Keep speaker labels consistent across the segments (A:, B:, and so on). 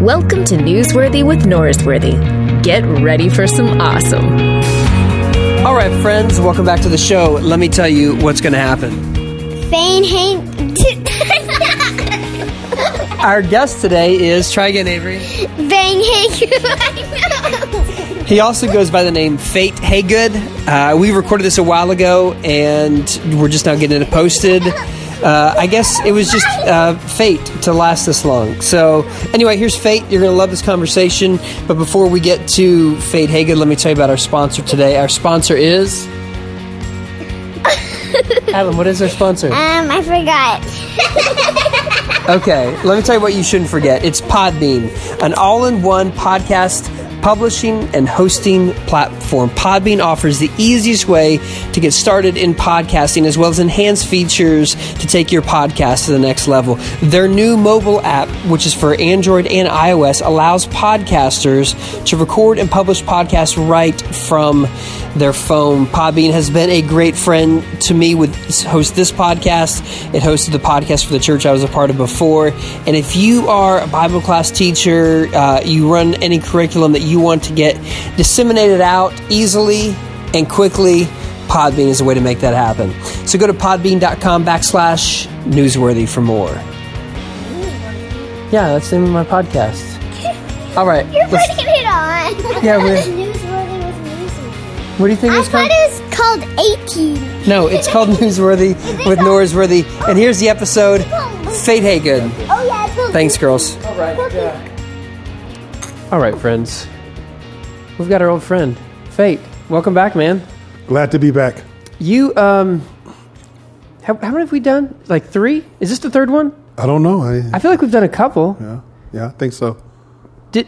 A: Welcome to Newsworthy with Norrisworthy. Get ready for some awesome.
B: All right, friends, welcome back to the show. Let me tell you what's going to happen.
C: Fane Hank
B: Our guest today is, try again, Avery.
C: Vane Hank
B: He also goes by the name Fate Haygood. Uh, we recorded this a while ago, and we're just now getting it posted. Uh, I guess it was just uh, fate to last this long. So, anyway, here's Fate. You're going to love this conversation. But before we get to Fate Haygood, let me tell you about our sponsor today. Our sponsor is. Adam, what is our sponsor?
C: Um, I forgot.
B: Okay, let me tell you what you shouldn't forget. It's Podbean, an all in one podcast publishing and hosting platform. Podbean offers the easiest way to get started in podcasting as well as enhanced features to take your podcast to the next level. Their new mobile app, which is for Android and iOS, allows podcasters to record and publish podcasts right from Um, their phone. Podbean has been a great friend to me with host this podcast. It hosted the podcast for the church I was a part of before. And if you are a Bible class teacher, uh, you run any curriculum that you want to get disseminated out easily and quickly, Podbean is a way to make that happen. So go to podbean.com backslash newsworthy for more. Yeah, that's the name of my podcast. All right,
C: You're
B: let's-
C: putting it on.
B: Yeah, we're-
C: Newsworthy was newsworthy.
B: what do you think
C: I
B: it's called?
C: thought it was called 18.
B: No, it's called Newsworthy
C: it
B: with
C: called-
B: Norsworthy. And here's the episode Fate Haygood.
C: Oh, yeah. It's called
B: Thanks, girls.
C: Cookie.
B: All right, friends. We've got our old friend, Fate. Welcome back, man.
D: Glad to be back.
B: You, um, how, how many have we done? Like three? Is this the third one?
D: I don't know. I
B: I Um, feel like we've done a couple.
D: yeah, yeah, I think so.
B: Did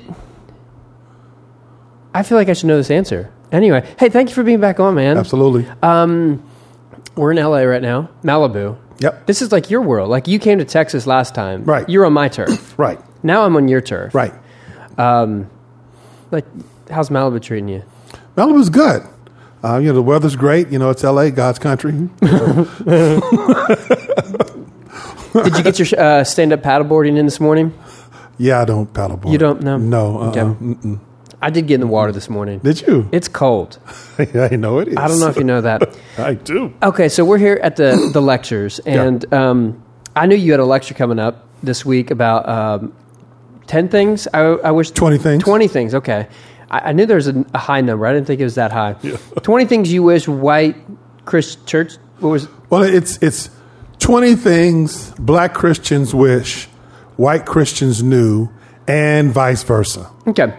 B: I feel like I should know this answer? Anyway, hey, thank you for being back on, man.
D: Absolutely.
B: uh, We're in LA right now, Malibu.
D: yep.
B: This is like your world. Like you came to Texas last time.
D: Right.
B: You're on my turf.
D: Right.
B: now I'm on your turf.
D: Right.
B: Like, how's Malibu treating you?
D: Malibu's good. Uh, you know, the weather's great. You know, it's LA, God's country.
B: Did you get your uh, stand up paddleboarding in this morning?
D: Yeah, I don't paddleboard.
B: You don't know?
D: No. Uh,
B: Okay. I did get in the water this morning.
D: Did you?
B: It's cold.
D: I know it is.
B: I don't know if Uh, you know that.
D: I do.
B: Okay, so we're here at the the lectures, and um, I knew you had a lecture coming up this week about um, ten things. I, I wish
D: 20 things.
B: Twenty things. Okay, I, I knew there was a, a high number. I didn't think it was that high. Twenty things you wish white Christ church. What was?
D: Well, it's it's twenty things black Christians wish white Christians knew, and vice versa.
B: Okay,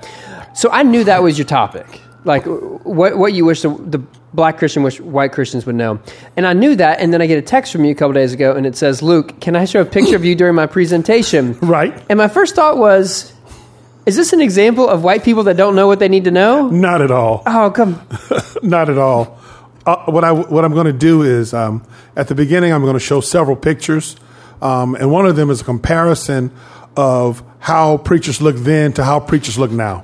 B: so I knew that was your topic. Like what what you wish the, the black Christian wish white Christians would know, and I knew that. And then I get a text from you a couple days ago, and it says, "Luke, can I show a picture of you during my presentation?"
D: Right.
B: And my first thought was, is this an example of white people that don't know what they need to know?
D: Not at all.
B: Oh, come.
D: Not at all. Uh, what I what I'm going to do is um, at the beginning I'm going to show several pictures, um, and one of them is a comparison of how preachers look then to how preachers look now.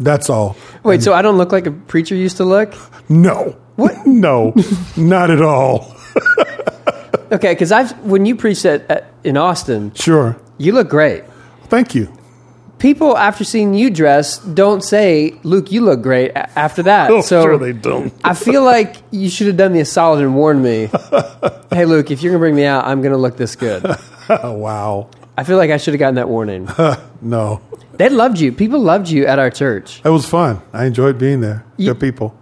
D: That's all.
B: Wait, so I don't look like a preacher used to look?
D: No. What? no. Not at all.
B: Okay, because I've when you preached at, at, in Austin,
D: Sure.
B: you look great.
D: Thank you.
B: People after seeing you dress don't say, "Luke, you look great." a- After that,
D: Oh,
B: so
D: sure they don't.
B: I feel like you should have done me a solid and warned me. hey, Luke, if you're gonna bring me out, I'm gonna look this good.
D: Oh, wow.
B: I feel like I should have gotten that warning.
D: No.
B: They loved you. People loved you at our church.
D: It was fun. I enjoyed being there. Good people.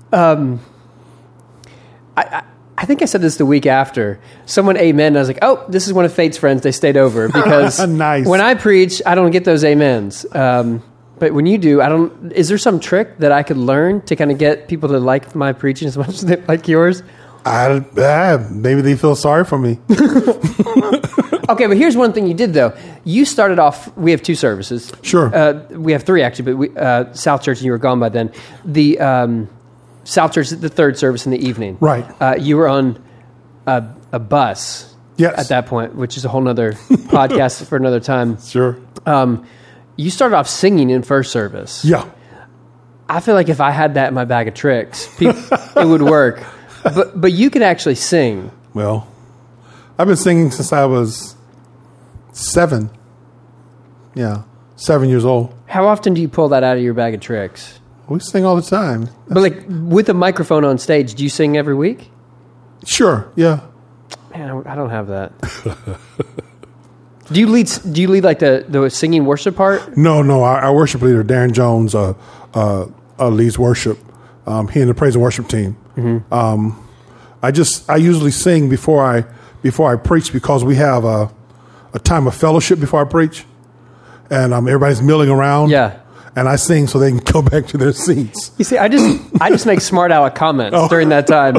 B: I think I said this the week after. Someone amen. I was like, oh, this is one of Fate's friends. They stayed over because
D: Nice.
B: when I preach, I don't get those amens. Um, but when you do, I don't. Is there some trick that I could learn to kind of get people to like my preaching as much as they like yours?
D: I, ah, maybe they feel sorry for me.
B: Okay, but here's one thing you did though. You started off. We have two services.
D: Sure.
B: Uh, we have three actually, but we, uh, South Church and you were gone by then. The um, South Church, the third service in the evening.
D: Right.
B: Uh, you were on a, a bus.
D: Yes.
B: At that point, which is a whole nother podcast for another time.
D: sure.
B: Um, you started off singing in first service.
D: Yeah.
B: I feel like if I had that in my bag of tricks, peop it would work. But but you could actually sing.
D: Well, I've been singing since I was seven. Yeah. seven years old.
B: How often do you pull that out of your bag of tricks?
D: We sing all the time.
B: But like with a microphone on stage, do you sing every week?
D: Sure, yeah.
B: Man, I I don't have that. do you lead? Do you lead like the the singing worship part?
D: No, no. Our, our worship leader, Darren Jones, uh, uh, uh, leads worship. Um, he and the praise and worship team.
B: Mm-hmm.
D: Um, I just I usually sing before I before I preach because we have a a time of fellowship before I preach, and um, everybody's milling around.
B: Yeah.
D: And I sing so they can go back to their seats.
B: You see, I just I just make smart aleck comments
D: Oh.
B: during that time.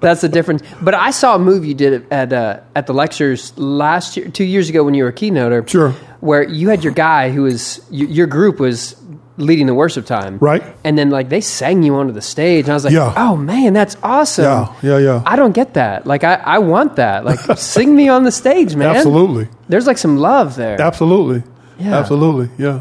B: That's the difference. But I saw a movie you did at uh, at the lectures last year, two years ago, when you were a keynoter.
D: Sure.
B: Where you had your guy who was y- your group was leading the worship time,
D: Right.
B: And then like they sang you onto the stage, and I was like,
D: Yeah.
B: oh man, that's awesome.
D: Yeah, yeah, yeah.
B: I don't get that. Like I, I want that. Like sing me on the stage, man.
D: Absolutely,
B: There's like some love there.
D: absolutely,
B: Yeah.
D: absolutely, yeah.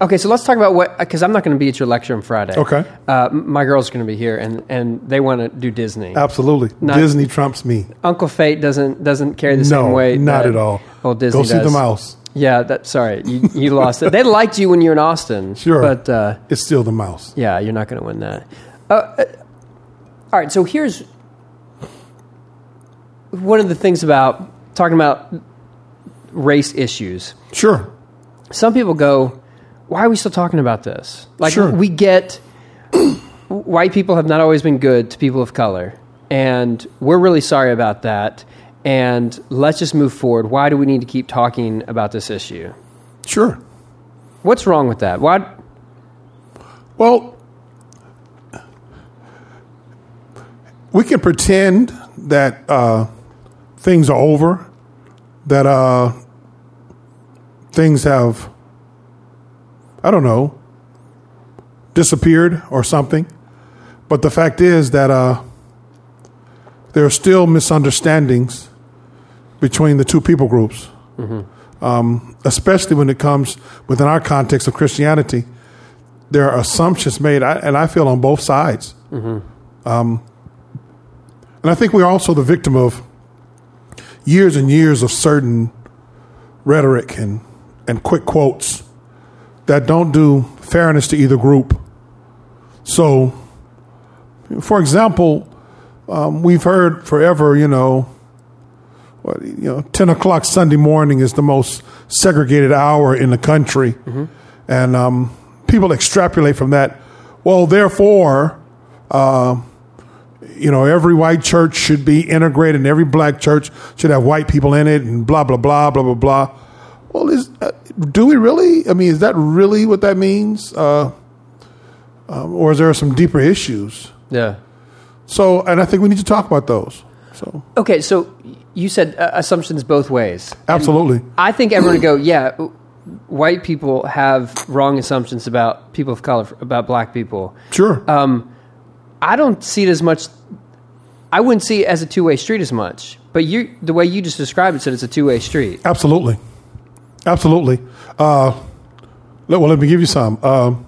B: Okay, so let's talk about what because I'm not going to be at your lecture on Friday.
D: Okay.
B: uh, m- my girls are going to be here, and and they want to do Disney.
D: Absolutely.
B: Not-
D: Disney trumps me.
B: Uncle Fate doesn't doesn't carry the
D: no,
B: same weight.
D: not
B: that
D: at all.
B: Old Disney
D: Go see
B: does.
D: the mouse.
B: Yeah, that, sorry, you, you lost it. They liked you when you were in Austin,
D: Sure.
B: but uh,
D: It's still the mouse.
B: yeah, you're not going to win that. Uh, uh, all right, so here's one of the things about talking about race issues.
D: Sure.
B: some people go, why are we still talking about this? Like,
D: Sure.
B: we get white people have not always been good to people of color, and we're really sorry about that. And let's just move forward. Why do we need to keep talking about this issue?
D: Sure.
B: What's wrong with that? Why?
D: Well, we can pretend that uh, things are over, that uh, things have, I don't know, disappeared or something. But the fact is that uh, there are still misunderstandings between the two people groups, um, especially when it comes within our context of Christianity there are assumptions made, I- and I feel on both sides. Um, and I think we're also the victim of years and years of certain rhetoric and, and quick quotes that don't do fairness to either group. So, for example, um, we've heard forever, you know, what, you know, 10 o'clock Sunday morning is the most segregated hour in the country. And um, people extrapolate from that, well, therefore, uh, you know, every white church should be integrated and every black church should have white people in it and blah, blah, blah, blah, blah, blah. Well, is, uh, do we really? I mean, is that really what that means? Uh, um, or is there some deeper issues?
B: Yeah.
D: So, and I think we need to talk about those. So,
B: Okay, so you said uh, assumptions both ways.
D: absolutely.
B: I think everyone would go, yeah, w- white people have wrong assumptions about people of color, about black people.
D: Sure.
B: I don't see it as much. I wouldn't see it as a two way street as much. But you, the way you just described it, said it's a two way street.
D: Absolutely, absolutely. Uh, let, well, let me give you some. Um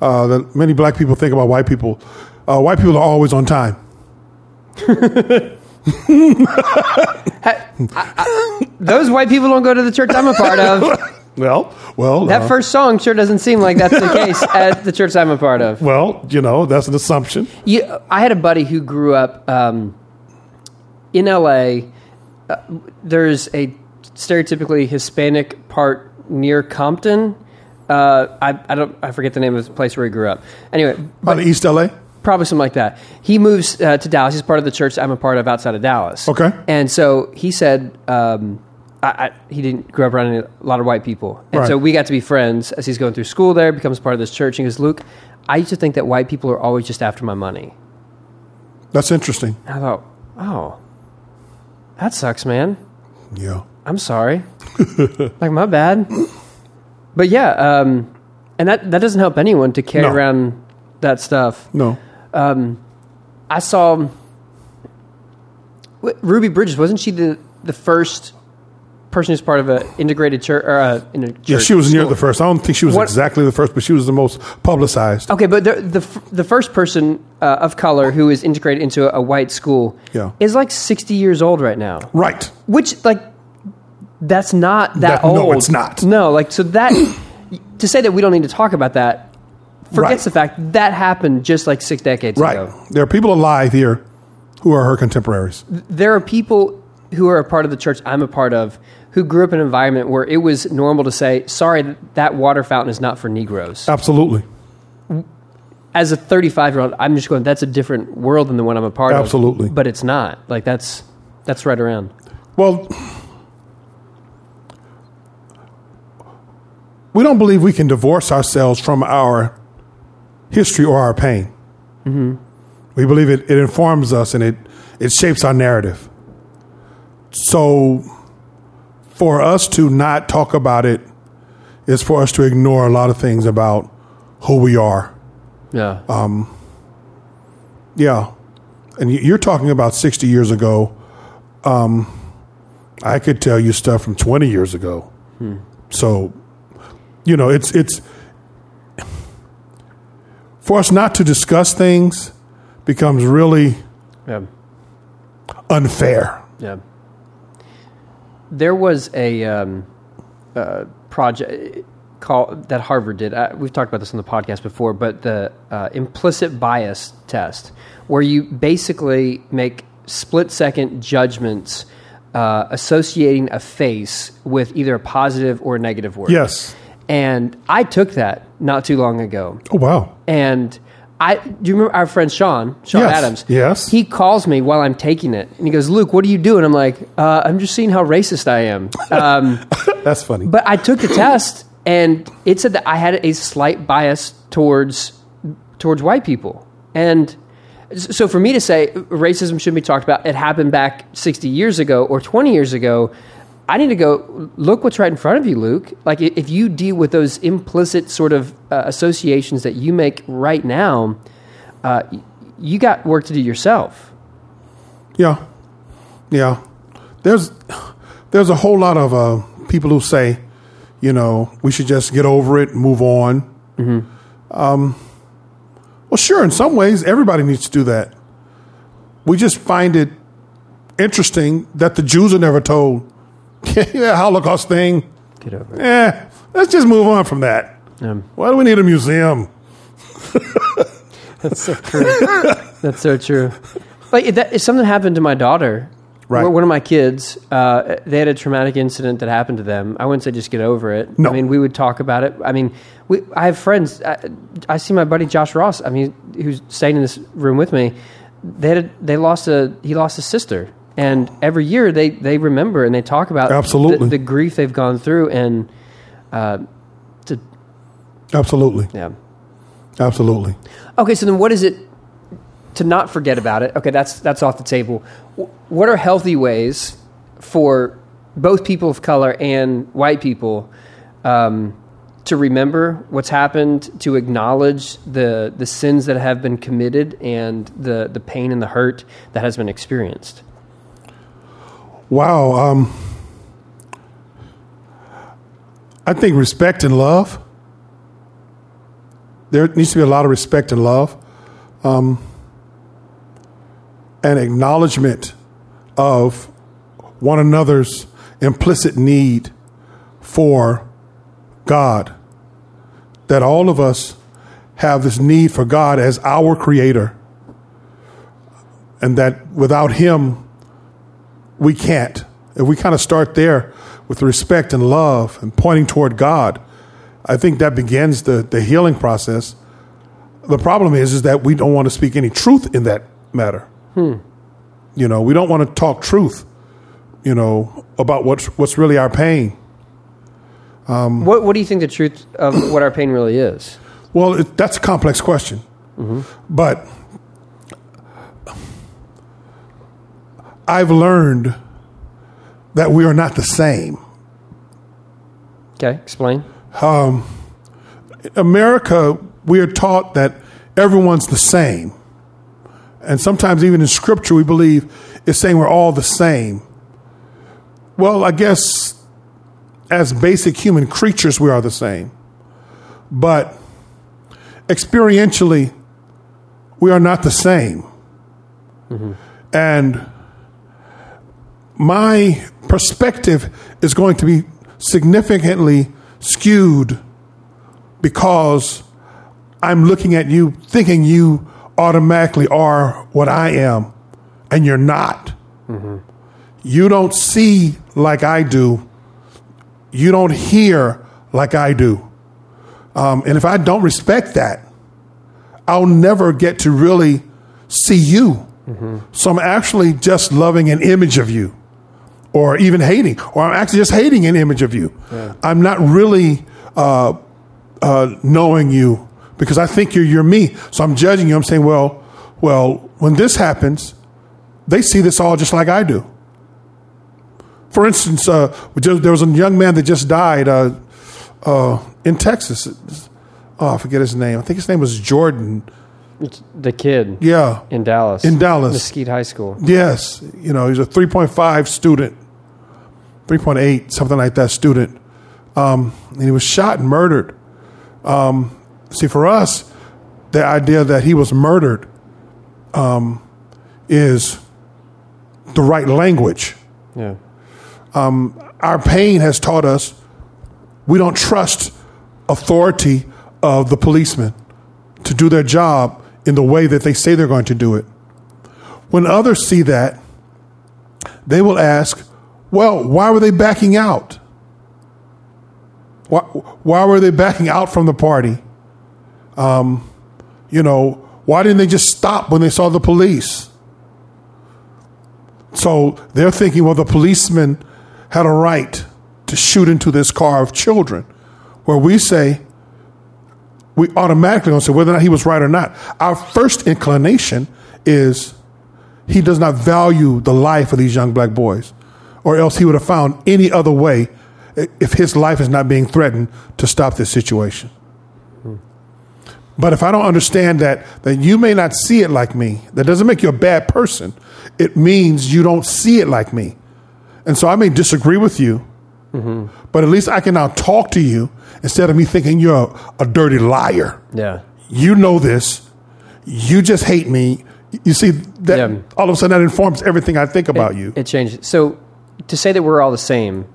D: uh, that many black people think about white people. Uh, white people are always on time.
B: Those white people don't go to the church I'm a part of.
D: Well, well,
B: That
D: uh,
B: first song sure doesn't seem like that's the case at the church I'm a part of.
D: well, you know, that's an assumption.
B: You, I had a buddy who grew up um, in LA. Uh, there's a stereotypically Hispanic part near Compton. Uh, I, I don't. I forget the name of the place where he grew up. Anyway,
D: About East LA.
B: probably something like that. He moves uh, to Dallas. He's part of the church I'm a part of outside of Dallas.
D: Okay.
B: And so he said um, I, I, he didn't grow up around a lot of white people, and
D: Right.
B: so we got to be friends as he's going through school there, becomes part of this church, and he goes, "Luke, I used to think that white people are always just after my money."
D: That's interesting.
B: And I thought, "Oh, that sucks, man.
D: Yeah.
B: I'm sorry. like my bad." But yeah, um, and that that doesn't help anyone to carry
D: No.
B: around that stuff.
D: No.
B: I saw Wait, Ruby Bridges. Wasn't she the the first person who's part of an integrated church? Or a, in a church
D: Yeah, she was near
B: school?
D: the first. I don't think she was
B: What- Oh.
D: exactly the first, but she was the most publicized.
B: Okay, but the the, f- the first person uh, of color who is integrated into a, a white school
D: Yeah.
B: is like sixty years old right now,
D: Right.
B: which like that's not that,
D: That-
B: old.
D: no, it's not.
B: No, like so that to say that we don't need to talk about that forgets
D: Right.
B: the fact that happened just like six decades
D: Right.
B: ago.
D: There are people alive here who are her contemporaries.
B: There are people who are a part of the church I'm a part of who grew up in an environment where it was normal to say, "Sorry, that water fountain is not for Negroes."
D: Absolutely.
B: As a 35 year old, I'm just going, "That's a different world than the one I'm a part of."
D: Absolutely.
B: but it's not. Like that's that's right around.
D: Well, we don't believe we can divorce ourselves from our history or our pain. We believe it, it informs us and it, it shapes our narrative. So, for us to not talk about it is for us to ignore a lot of things about who we are.
B: Yeah,
D: Yeah. And you- you're talking about 60 years ago. Um, I could tell you stuff from 20 years ago. So, you know, it's it's for us not to discuss things becomes really
B: yeah,
D: unfair.
B: yeah. There was a um, uh, project call that Harvard did. Uh, we've talked about this on the podcast before, but the uh, implicit bias test, where you basically make split second judgments uh, associating a face with either a positive or a negative word.
D: Yes.
B: And I took that not too long ago.
D: Oh wow.
B: And I do you remember our friend Sean, Sean
D: Yes,
B: Adams?
D: yes.
B: He calls me while I'm taking it and he goes, Luke, what are you doing? I'm like, uh, I'm just seeing how racist I am. Um,
D: That's funny.
B: but I took the test and it said that I had a slight bias towards towards white people. And s- so for me to say racism shouldn't be talked about, it happened back 60 years ago or 20 years ago. I need to go look what's right in front of you, Luke. Like i- if you deal with those implicit sort of uh, associations that you make right now, uh, y- you got work to do yourself.
D: Yeah, yeah. There's there's a whole lot of uh, people who say, you know, we should just get over it, move on. Um, well, sure. In some ways, everybody needs to do that. We just find it interesting that the Jews are never told. yeah, Holocaust thing.
B: Get over it.
D: Eh, let's just move on from that.
B: Um,
D: Why do we need a museum?
B: That's so true. That's so true. Like if that, if something happened to my daughter,
D: Right.
B: or One of my kids, uh, they had a traumatic incident that happened to them. I wouldn't say just get over it.
D: No.
B: I mean we would talk about it. I mean, we, I have friends. I, I see my buddy Josh Ross. I mean, who's staying in this room with me. They had, a- they lost a he lost a sister, and every year they they remember and they talk about
D: Absolutely.
B: the, the grief they've gone through and uh, to
D: Absolutely,
B: yeah.
D: absolutely.
B: Okay, so then what is it to not forget about it? Okay, that's that's off the table. Wh- What are healthy ways for both people of color and white people um, to remember what's happened, to acknowledge the the sins that have been committed, and the the pain and the hurt that has been experienced?
D: Wow. Um, I think respect and love. There needs to be a lot of respect and love, um, and acknowledgement of one another's implicit need for God. That all of us have this need for God as our creator, and that without Him, we can't. If we kind of start there with respect and love and pointing toward God, I think that begins the, the healing process. The problem is, is that we don't want to speak any truth in that matter. You know, we don't want to talk truth, you know, about what's, what's really our pain.
B: What what do you think the truth of what our pain really is?
D: Well, it, that's a complex question. But I've learned that we are not the same.
B: Okay, explain.
D: America, we are taught that everyone's the same. And sometimes, even in scripture, we believe it's saying we're all the same. Well, I guess as basic human creatures, we are the same. But experientially, we are not the same. And my perspective is going to be significantly skewed because I'm looking at you thinking you automatically are what I am, and you're not. You don't see like I do. You don't hear like I do. Um, and if I don't respect that, I'll never get to really see you. So I'm actually just loving an image of you, or even hating, or I'm actually just hating an image of you. I'm not really uh, uh, knowing you because I think you're you're me. So I'm judging you. I'm saying, well, well, when this happens, they see this all just like I do. For instance, uh, we just- there was a young man that just died uh, uh, in Texas. Oh, I forget his name. I think his name was Jordan.
B: It's the kid
D: Yeah.
B: in Dallas.
D: In Dallas.
B: Mesquite High School.
D: Yes, you know, he's a 3.5 student, 3.8, something like that student. Um, and he was shot and murdered. Um, see, for us, the idea that he was murdered um, is the right language.
B: Yeah.
D: Our pain has taught us we don't trust authority of the policeman to do their job in the way that they say they're going to do it. When others see that, they will ask, well, why were they backing out? Why, why were they backing out from the party? Um, you know, why didn't they just stop when they saw the police? So they're thinking, well, the policeman had a right to shoot into this car of children, where we say, we automatically gonna say whether or not he was right or not. Our first inclination is he does not value the life of these young black boys, or else he would have found any other way i- if his life is not being threatened to stop this situation. Hmm. But if I don't understand that, that you may not see it like me, that doesn't make you a bad person. It means you don't see it like me. And so I may disagree with you, but at least I can now talk to you instead of me thinking you're a, a dirty liar.
B: Yeah.
D: You know this. You just hate me. You see that
B: Yeah.
D: all of a sudden that informs everything I think about you.
B: It changed. So to say that we're all the same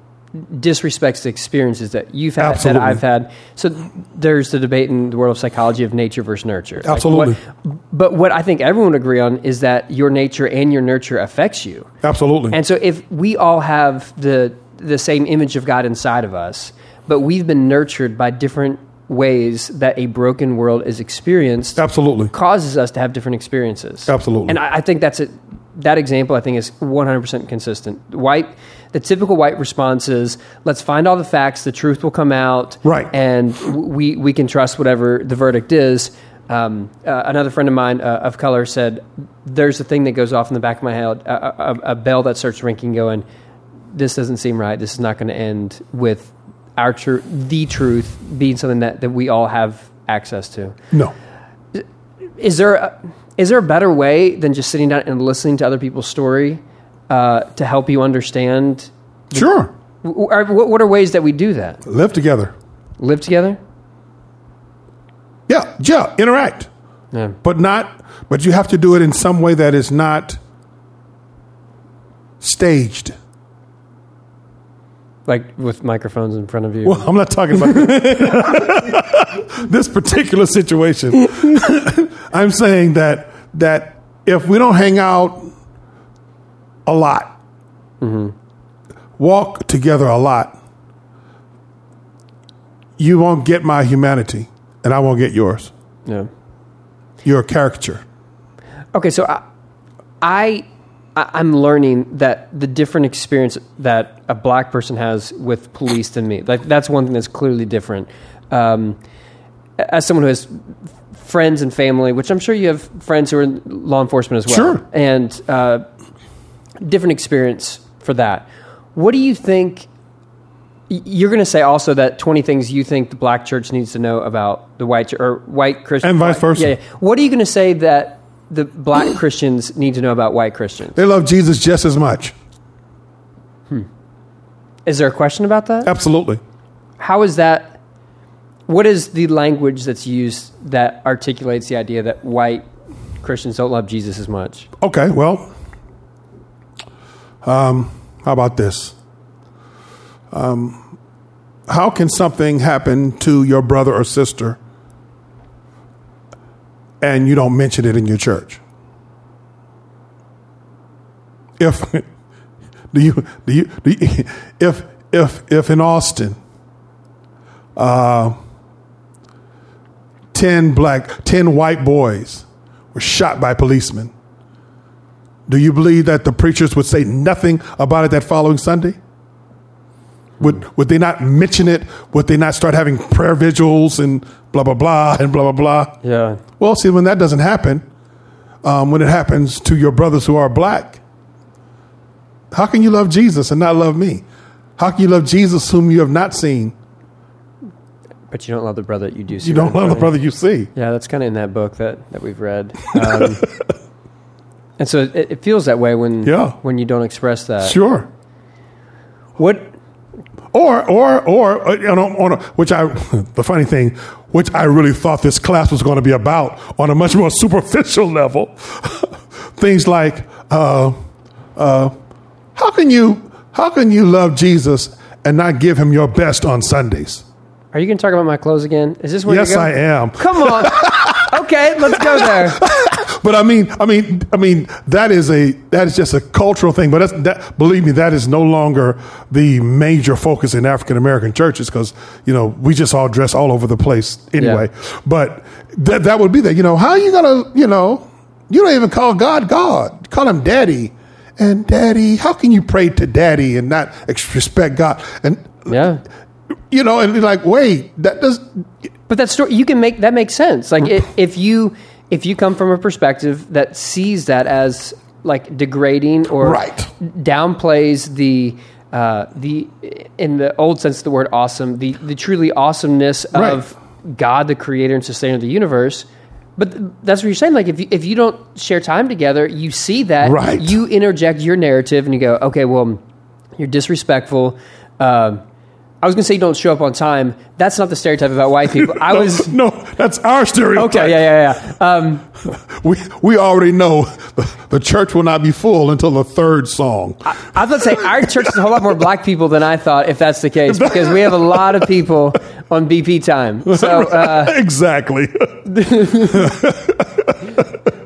B: disrespects the experiences that you've had
D: Absolutely.
B: that I've had. So there's the debate in the world of psychology of nature versus nurture. Like,
D: Absolutely.
B: what- but what I think everyone would agree on is that your nature and your nurture affects you.
D: Absolutely.
B: And so if we all have the the same image of God inside of us, but we've been nurtured by different ways that a broken world is experienced
D: Absolutely.
B: causes us to have different experiences.
D: Absolutely.
B: And I, I think that's it. That example, I think, is 100% consistent. White, the typical white response is, "Let's find all the facts. The truth will come out,
D: Right.
B: And w- we we can trust whatever the verdict is." Um, uh, another friend of mine uh, of color said, "There's a thing that goes off in the back of my head, a, a, a bell that starts ringing, going, this doesn't seem right. This is not going to end with our truth, the truth being something that that we all have access to."
D: No.
B: is there a, is there a better way than just sitting down and listening to other people's story uh, to help you understand?
D: Sure.
B: W- w- are- What what are ways that we do that?
D: Live together.
B: Live together.
D: Yeah. Yeah. Interact.
B: Yeah.
D: But not but you have to do it in some way that is not staged.
B: Like with microphones in front of you.
D: Well, I'm not talking about this particular situation. I'm saying that that if we don't hang out a lot, walk together a lot, you won't get my humanity, and I won't get yours.
B: yeah.
D: You're a caricature.
B: Okay, so I, I I- I'm learning that the different experience that a black person has with police than me. Like that's one thing that's clearly different. Um, as someone who has friends and family, which I'm sure you have friends who are in law enforcement as well,
D: Sure.
B: and uh, different experience for that. What do you think? y- You're going to say also that 20 things you think the black church needs to know about the white church or white Christian
D: And vice
B: black-
D: versa.
B: Yeah, yeah. What are you going to say that the black Christians need to know about white Christians?
D: They love Jesus just as much.
B: Is there a question about that?
D: Absolutely.
B: How is that? What is the language that's used that articulates the idea that white Christians don't love Jesus as much?
D: Okay, well, um, How about this? Um, how can something happen to your brother or sister and you don't mention it in your church? If do you do you, do you if if if in Austin, uh, ten black ten white boys were shot by policemen. Do you believe that the preachers would say nothing about it that following Sunday? Would, would they not mention it? Would they not start having prayer vigils and blah, blah, blah, and blah, blah, blah?
B: Yeah.
D: Well, see, when that doesn't happen, um, when it happens to your brothers who are black, how can you love Jesus and not love me? How can you love Jesus whom you have not seen?
B: But you don't love the brother that you do see.
D: You
B: right in
D: don't love the
B: front of
D: brother you see.
B: you. Yeah, that's kind of in that book that, that we've read. Um, and so it, it feels that way when
D: Yeah.
B: when you don't express that.
D: Sure.
B: What?
D: Or, or, or, uh, on a, on a, which I, the funny thing, which I really thought this class was going to be about on a much more superficial level, things like, uh, uh, how can you, how can you love Jesus and not give him your best on Sundays?
B: Are you going to talk about my clothes again? Is this where
D: yes,
B: you're
D: I
B: going?
D: am.
B: Come on. okay, let's go there.
D: But I mean, I mean, I mean, that is a, that is just a cultural thing. But that's, that, believe me, that is no longer the major focus in African American churches because, you know, we just all dress all over the place anyway. But that that would be that. You know, how are you gonna? You know, you don't even call God God. You call him Daddy. And Daddy, how can you pray to Daddy and not ex- respect God? And
B: Yeah.
D: you know, and be like, wait, that does.
B: But that story, you can make that makes sense. Like i if you if you come from a perspective that sees that as like degrading or
D: Right.
B: downplays the uh, the in the old sense of the word awesome the the truly awesomeness of God, the Creator and Sustainer of the universe. But th- that's what you're saying. Like if you, if you don't share time together, you see that
D: Right.
B: you interject your narrative and you go, okay, well, you're disrespectful. Um, I was going to say you don't show up on time. That's not the stereotype about white people. I
D: no,
B: was
D: no, that's our stereotype.
B: okay. Yeah, yeah, yeah. Um,
D: We, we already know the, the church will not be full until the third song.
B: I was going to say our church is a whole lot more black people than I thought. If that's the case, because we have a lot of people on BP time. So, uh,
D: exactly.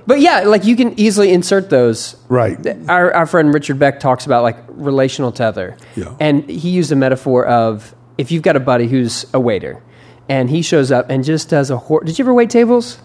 B: but yeah, like you can easily insert those.
D: right.
B: Our, our friend Richard Beck talks about like relational tether,
D: Yeah.
B: and he used a metaphor of if you've got a buddy who's a waiter, and he shows up and just does a. Hor- Did you ever wait tables?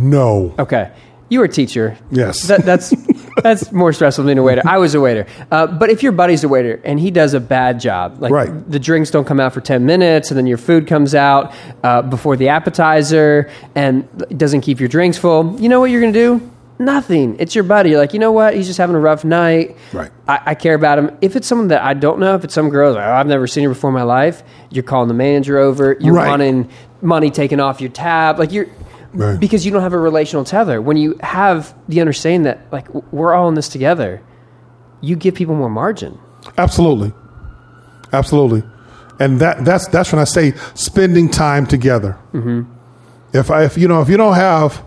D: No.
B: Okay. You were a teacher.
D: Yes.
B: That, that's that's more stressful than a waiter. I was a waiter. Uh, but if your buddy's a waiter and he does a bad job, like
D: Right.
B: the drinks don't come out for 10 minutes and then your food comes out uh, before the appetizer and it doesn't keep your drinks full, you know what you're going to do? Nothing. It's your buddy. You're like, you know what? He's just having a rough night.
D: Right.
B: I, I care about him. If it's someone that I don't know, if it's some girl, like, oh, I've never seen her before in my life, you're calling the manager over. You're
D: Right.
B: wanting money taken off your tab. Like you're,
D: Right.
B: because you don't have a relational tether. When you have the understanding that like w- we're all in this together, you give people more margin.
D: Absolutely. Absolutely. And that, that's, that's when I say spending time together. If I, if you know, if you don't have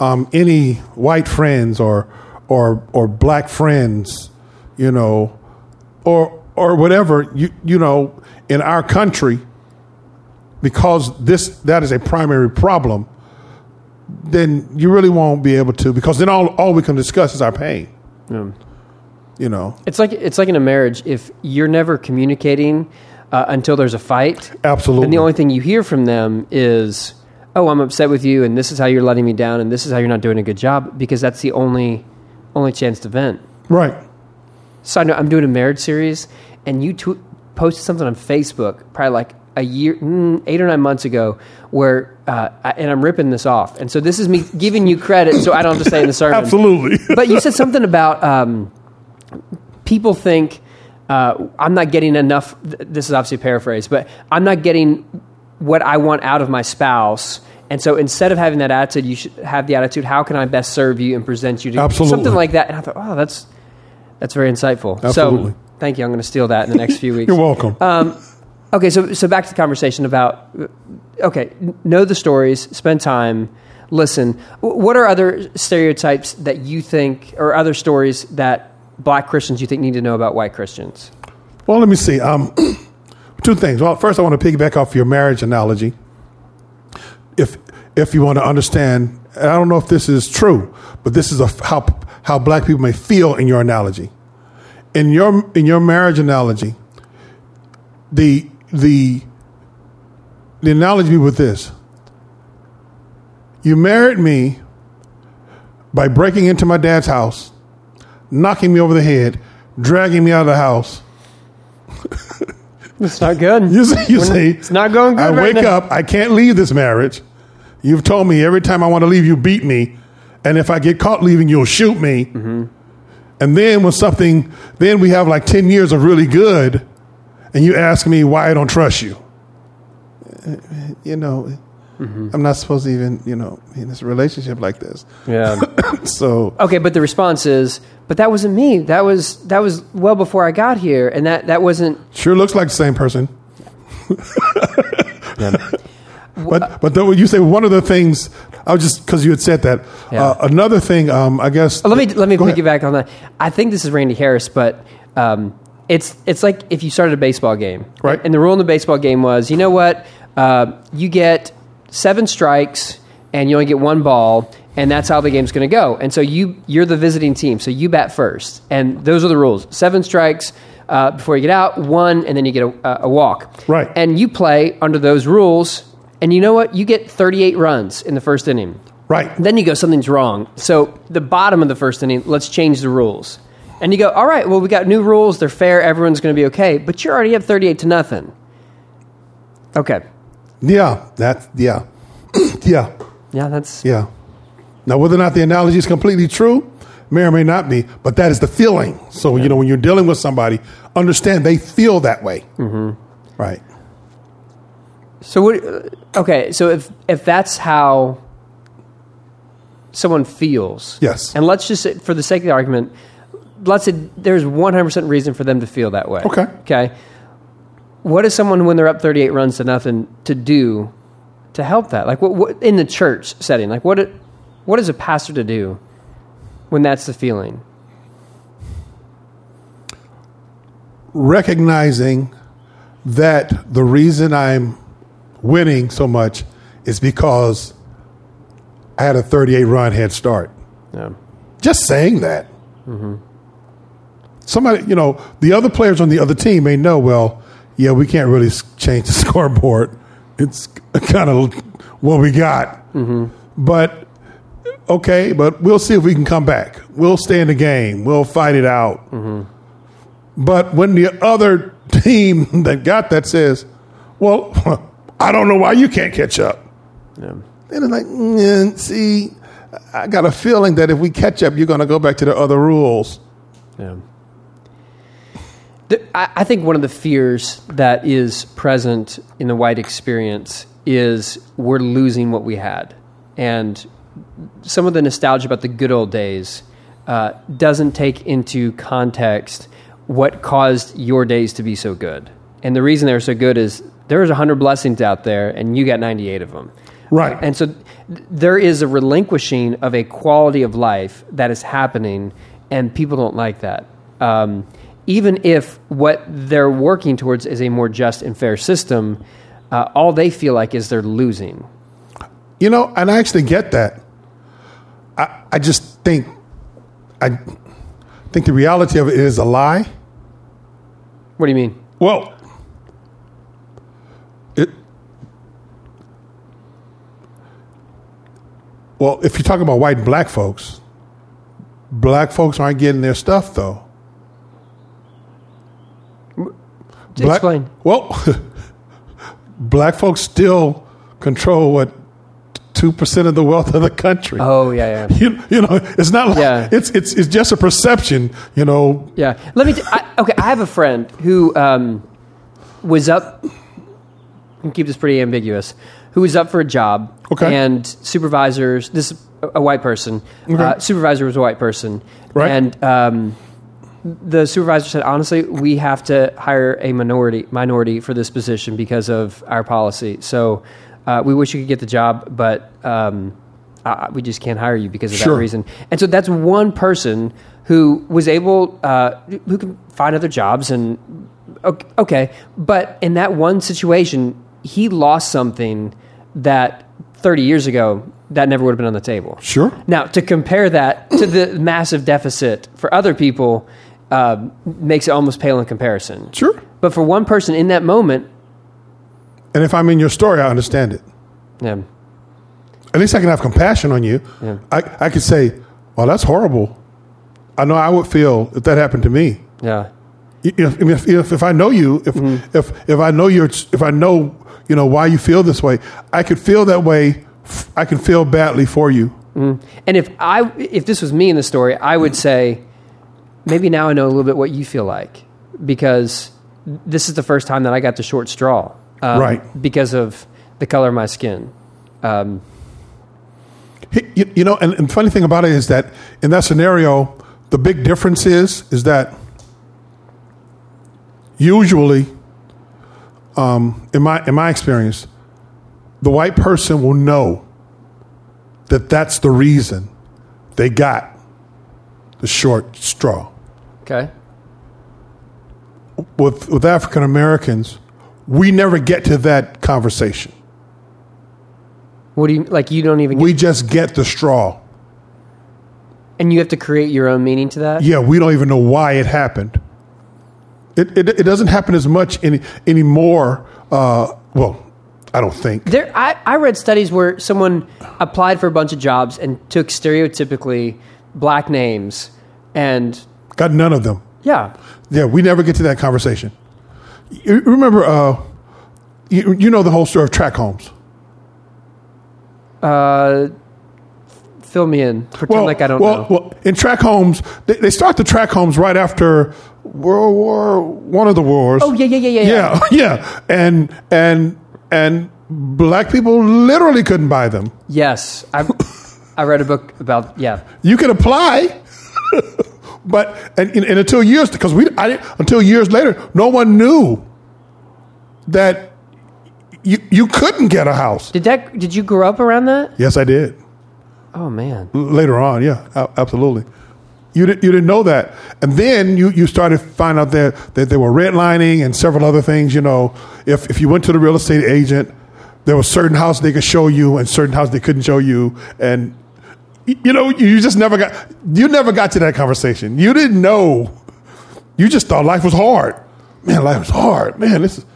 D: um, any white friends or, or, or black friends, you know, or, or whatever, you, you know, in our country, because this, that is a primary problem, then you really won't be able to, because then all, all we can discuss is our pain. You know,
B: It's like it's like in a marriage. If you're never communicating uh, until there's a fight,
D: absolutely.
B: then the only thing you hear from them is, "Oh, I'm upset with you, and this is how you're letting me down, and this is how you're not doing a good job," because that's the only only chance to vent.
D: right.
B: Side note: I'm doing a marriage series, and you tw- posted something on Facebook probably like a year, mm, eight or nine months ago, where uh, I, and I'm ripping this off, and so this is me giving you credit, so I don't have to say in the sermon.
D: Absolutely.
B: but you said something about um, people think uh, I'm not getting enough. th- This is obviously a paraphrase, but I'm not getting what I want out of my spouse. And so instead of having that attitude, you should have the attitude, how can I best serve you and present you to
D: Absolutely.
B: something like that? And I thought, oh, that's that's very insightful.
D: Absolutely.
B: So thank you. I'm going to steal that in the next few weeks.
D: You're welcome.
B: Okay, so so back to the conversation about okay, n- know the stories, spend time, listen. W- What are other stereotypes that you think, or other stories that black Christians you think need to know about white Christians?
D: Well, let me see. Um, two things. Well, first, I want to piggyback off your marriage analogy. If if you want to understand, and I don't know if this is true, but this is a, how how black people may feel in your analogy. In your in your marriage analogy, the the the analogy would be with this. You married me by breaking into my dad's house, knocking me over the head, dragging me out of the house,
B: It's not good.
D: You see, you
B: We're not-
D: see
B: it's not going good
D: I
B: right
D: wake
B: now.
D: up. I can't leave this marriage. You've told me every time I want to leave, you beat me, and if I get caught leaving, you'll shoot me. And then when something, then we have like ten years of really good, and you ask me why I don't trust you. Uh, You know, I'm not supposed to even you know be in this relationship like this.
B: Yeah.
D: So
B: okay, but the response is, but that wasn't me. That was that was well before I got here, and that that wasn't.
D: sure looks like the same person. But but though you say one of the things I was just because you had said that
B: Yeah.
D: uh, another thing um, I guess
B: Oh, let me let me
D: Go ahead.
B: piggyback on that. I think this is Randy Harris, but um, it's it's like if you started a baseball game,
D: Right.
B: And the rule in the baseball game was, you know what, uh, you get seven strikes and you only get one ball, and that's how the game's going to go. And so you you're the visiting team, so you bat first, and those are the rules: seven strikes. Uh, before you get out, one, and then you get a, a walk.
D: Right.
B: And you play under those rules, and you know what? You get 38 runs in the first inning.
D: right
B: Then you go, something's wrong. So the bottom of the first inning, let's change the rules. And you go, all right, well, we got new rules. They're fair. Everyone's going to be okay. But you're already up 38 to nothing. Okay.
D: yeah that yeah yeah
B: Yeah, that's.
D: yeah now whether or not the analogy is completely true may or may not be but that is the feeling so you know when you're dealing with somebody understand they feel that way right
B: So what? Okay. So if, if that's how someone feels.
D: Yes.
B: And let's just, say, for the sake of the argument, let's say there's 100% reason for them to feel that way.
D: Okay.
B: Okay. What is someone when they're up 38 runs to nothing to do to help that? Like what, what in the church setting? Like what it- what is a pastor to do when that's the feeling?
D: recognizing that the reason I'm winning so much is because I had a 38 run head start.
B: Yeah.
D: Just saying that. Somebody, you know, the other players on the other team may know, well, yeah, we can't really s- change the scoreboard. It's kind of what we got. But okay, but we'll see if we can come back. We'll stay in the game. We'll fight it out. But when the other team that got that says, well, I don't know why you can't catch up. Then it's like, mm, see, I got a feeling that if we catch up, you're going to go back to the other rules.
B: Yeah. The- I I think one of the fears that is present in the white experience is we're losing what we had. And some of the nostalgia about the good old days uh, doesn't take into context what caused your days to be so good. And the reason they're so good is there was 100 blessings out there and you got 98 of them.
D: Right.
B: And so th- there is a relinquishing of a quality of life that is happening, and people don't like that. Um, even if what they're working towards is a more just and fair system, uh, all they feel like is they're losing.
D: You know, and I actually get that. I, I just think, I think the reality of it is a lie.
B: What do you mean?
D: Well, it. Well, if you're talking about white and black folks, black folks aren't getting their stuff though. Black-
B: Explain.
D: Well, black folks still control what two percent of the wealth of the country.
B: Oh, yeah, yeah.
D: You, you know, it's not like
B: Yeah.
D: it's it's it's just a perception. You know,
B: Yeah. Let me. T- I, okay, I have a friend who um, was up. I'll Keep this pretty ambiguous. Who was up for a job?
D: Okay.
B: And supervisors. This is a a white person. Uh, supervisor was a white person.
D: Right.
B: And um, the supervisor said, honestly, we have to hire a minority minority for this position because of our policy. So uh, we wish you could get the job, but um, uh, we just can't hire you because of
D: Sure.
B: that reason. And so that's one person who was able uh, who can find other jobs and ok- okay, but in that one situation, he lost something that 30 years ago that never would have been on the table.
D: Sure.
B: Now, to compare that to the massive deficit for other people uh, makes it almost pale in comparison.
D: Sure.
B: But for one person in that moment,
D: And if I'm in your story, I understand it.
B: yeah,
D: At least I can have compassion on you. I, I could say, well, that's horrible. I know I would feel if that happened to me.
B: yeah,
D: if, if, if, if I know you, if, if, if I know your, if I know, you know, why you feel this way, I could feel that way. F- I can feel badly for you.
B: And if I if this was me in the story, I would say maybe now I know a little bit what you feel like because this is the first time that I got the short straw, um,
D: Right.
B: Because of the color of my skin. Um,
D: He- You, you know, and, and funny thing about it is that in that scenario, the big difference is, is that usually, um, in my, in my experience, the white person will know that that's the reason they got the short straw.
B: okay,
D: with with African Americans, we never get to that conversation.
B: what do you like? You don't even, get,
D: We just get the straw.
B: and you have to create your own meaning to that.
D: Yeah, we don't even know why it happened. It it, it doesn't happen as much any anymore. Uh, well, I don't think.
B: There, I, I read studies where someone applied for a bunch of jobs and took stereotypically black names, and
D: Got none of them.
B: yeah,
D: Yeah, we never get to that conversation. You you remember, uh, you, you know the whole story of track homes.
B: uh, fill me in. Pretend like I don't
D: well,
B: know.
D: Well, in track homes, they, they start the track homes right after World War, one of the wars.
B: Oh, yeah, yeah, yeah, yeah,
D: yeah, yeah. And and and black people literally couldn't buy them.
B: Yes, I I read a book about yeah.
D: You could apply, but and, and, and until years because we I didn't, until years later, no one knew that you you couldn't get a house.
B: Did that? Did you grow up around that?
D: Yes, I did.
B: Oh man,
D: later on. Yeah, a- absolutely. You didn't, you didn't know that, and then you, you started to find out that that they were redlining and several other things. You know, if if you went to the real estate agent, there were certain houses they could show you and certain houses they couldn't show you, and y- you know you just never got you never got to that conversation. You didn't know. You just thought life was hard. Man, life was hard. Man, this is.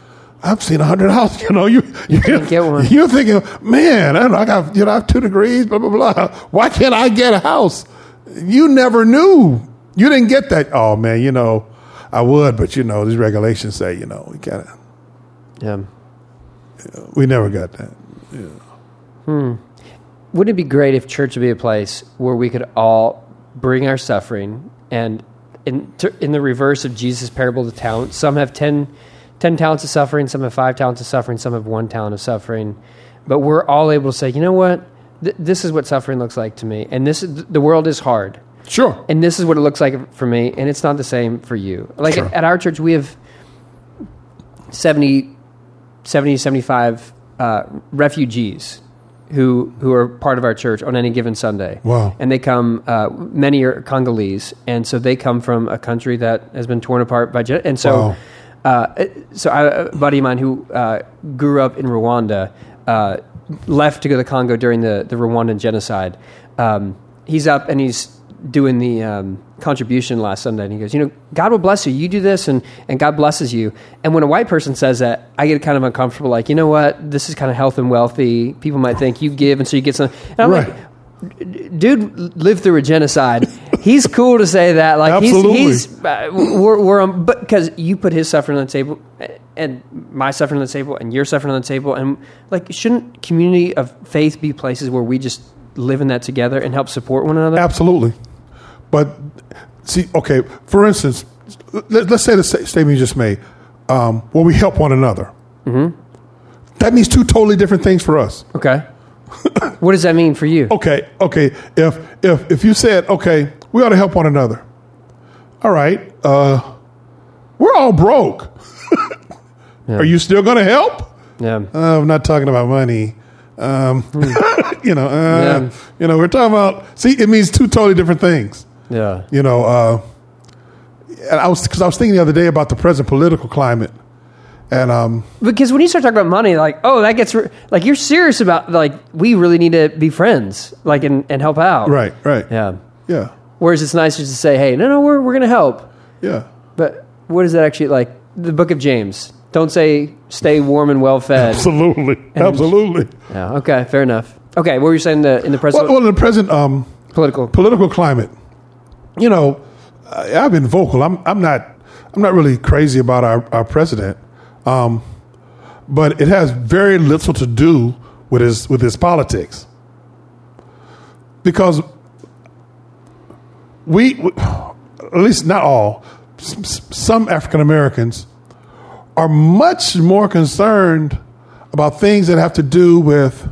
D: I've seen a hundred houses. You know, you you
B: get one.
D: You're thinking, man, I don't know. I got you know, I have two degrees. Blah blah blah. Why can't I get a house? You never knew. You didn't get that. Oh man, you know, I would, but you know, these regulations say, you know, we kind of
B: yeah.
D: we never got that.
B: Wouldn't it be great if church would be a place where we could all bring our suffering and in ter- in the reverse of Jesus' parable of the talents, some have 10, 10 talents of suffering, some have five talents of suffering, some have one talent of suffering, but we're all able to say, you know what, Th- this is what suffering looks like to me, and this is, the world is hard.
D: Sure.
B: and this is what it looks like for me and it's not the same for you like
D: Sure.
B: at our church we have 70 70 75 uh, refugees who who are part of our church on any given sunday
D: Wow.
B: and they come uh, many are congolese and so they come from a country that has been torn apart by gen- and so
D: Wow.
B: uh, so I, a buddy of mine who uh, grew up in Rwanda uh, left to go to the Congo during the, the Rwandan genocide. Um, he's up and he's doing the um, contribution last Sunday, and he goes, "You know, God will bless you. You do this, and and God blesses you." And when a white person says that, I get kind of uncomfortable. Like, you know what? This is kind of health and wealthy. People might think you give, and so you get something. And I'm
D: Right.
B: like, dude lived through a genocide. He's cool to say that. Like he's-
D: Absolutely.
B: he's, uh, we're we're um, but because you put his suffering on the table and my suffering on the table and your suffering on the table and like shouldn't community of faith be places where we just live in that together and help support one another?
D: Absolutely. But see, okay, for instance, let, us say the sta- statement you just made, um, where we help one another. That means two totally different things for us.
B: Okay. what does that mean for you?
D: Okay, okay. If if if you said, okay, we ought to help one another. All right, uh, we're all broke. Are you still going to help?
B: Yeah.
D: Uh, I'm not talking about money. Um, you know, uh,
B: Yeah.
D: you know, we're talking about. See, it means two totally different things.
B: Yeah.
D: you know, uh, and I was because I was thinking the other day about the present political climate, and um,
B: Because when you start talking about money, like, oh, that gets re- like you're serious about like we really need to be friends, like and, and help out.
D: right, right,
B: Yeah.
D: yeah,
B: Whereas it's nicer to say, hey, no, no, we're we're gonna help.
D: yeah.
B: But what is that actually like? The Book of James. Don't say stay warm and well fed.
D: absolutely, absolutely.
B: yeah. Okay. Fair enough. Okay. What were you saying in the in the present
D: Well, well, in the present um,
B: political?
D: political climate, you know, I- I've been vocal. I'm, I'm not, I'm not really crazy about our, our president, um, but it has very little to do with his with his politics, because we, we at least not all, s- s- some African Americans are much more concerned about things that have to do with